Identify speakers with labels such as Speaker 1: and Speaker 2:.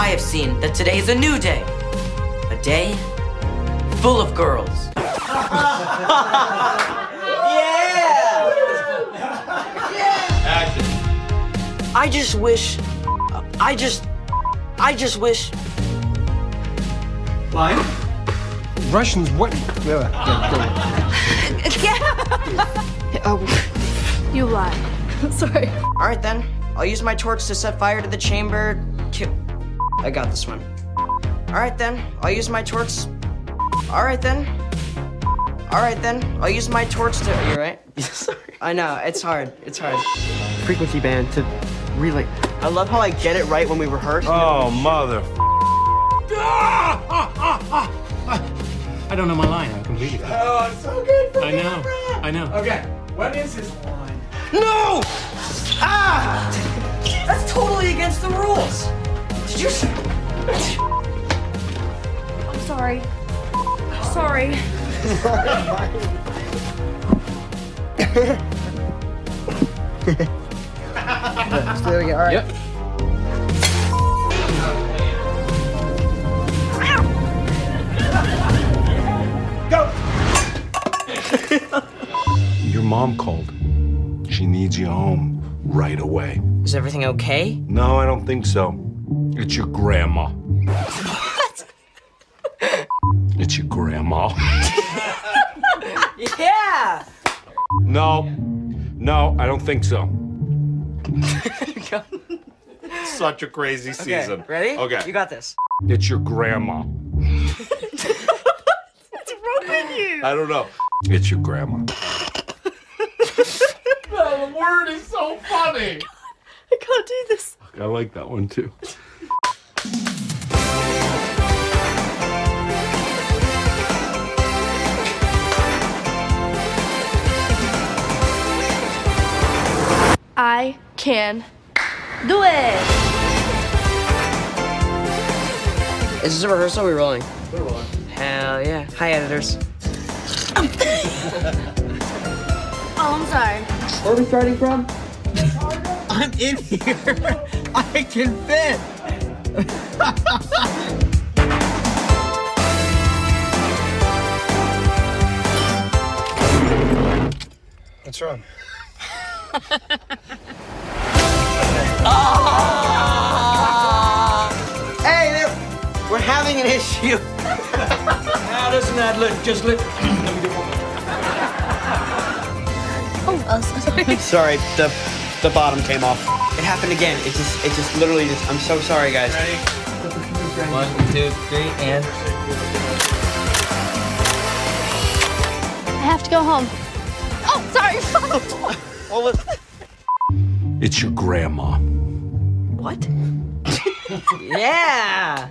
Speaker 1: that today's a new day. A day full of girls.
Speaker 2: Action.
Speaker 3: I just wish. I just. I just wish.
Speaker 4: Line?
Speaker 5: Russians what?
Speaker 6: You lie. Sorry.
Speaker 3: All right then. I'll use my torch to set fire to the chamber. Ki- I got this one. All right then. I'll use my torch. All right then. All right then. I'll use my torch to. Are you right? Sorry. I know. It's hard. It's hard.
Speaker 4: Frequency band to relay. I love how I get it right when we rehearse.
Speaker 2: Oh, mother.
Speaker 7: I don't know my line. I'm completely.
Speaker 4: Oh, it's so good for
Speaker 7: I know. I know.
Speaker 4: Okay, what is his line?
Speaker 3: No! Ah! That's totally against the rules. Did you? s-
Speaker 6: I'm sorry. Sorry.
Speaker 7: Yep.
Speaker 2: Your mom called. She needs you home right away.
Speaker 3: Is everything okay?
Speaker 2: No, I don't think so. It's your grandma. What? It's your grandma.
Speaker 3: Yeah.
Speaker 2: No, no, I don't think so. Such a crazy season.
Speaker 3: Ready?
Speaker 2: Okay.
Speaker 3: You got this.
Speaker 2: It's your grandma. What's wrong with you? I don't know. It's your grandma. the word is so funny.
Speaker 6: I can't do this.
Speaker 2: I like that one too.
Speaker 6: I can do it.
Speaker 3: Is this a rehearsal? We're rolling. We're rolling. Hell yeah. Hi, editors.
Speaker 6: Oh, I'm sorry.
Speaker 4: Where are we starting from?
Speaker 8: I'm in here. I can fit.
Speaker 5: What's wrong?
Speaker 4: Hey, there- we're having an issue.
Speaker 8: Now doesn't that look just look?
Speaker 6: Oh, I'm sorry.
Speaker 4: Sorry, the the bottom came off. It happened again. It just it just literally just. I'm so sorry, guys.
Speaker 8: One, two, three, and
Speaker 6: I have to go home. Oh, sorry.
Speaker 4: Well, let's-
Speaker 2: It's your grandma.
Speaker 3: What? yeah.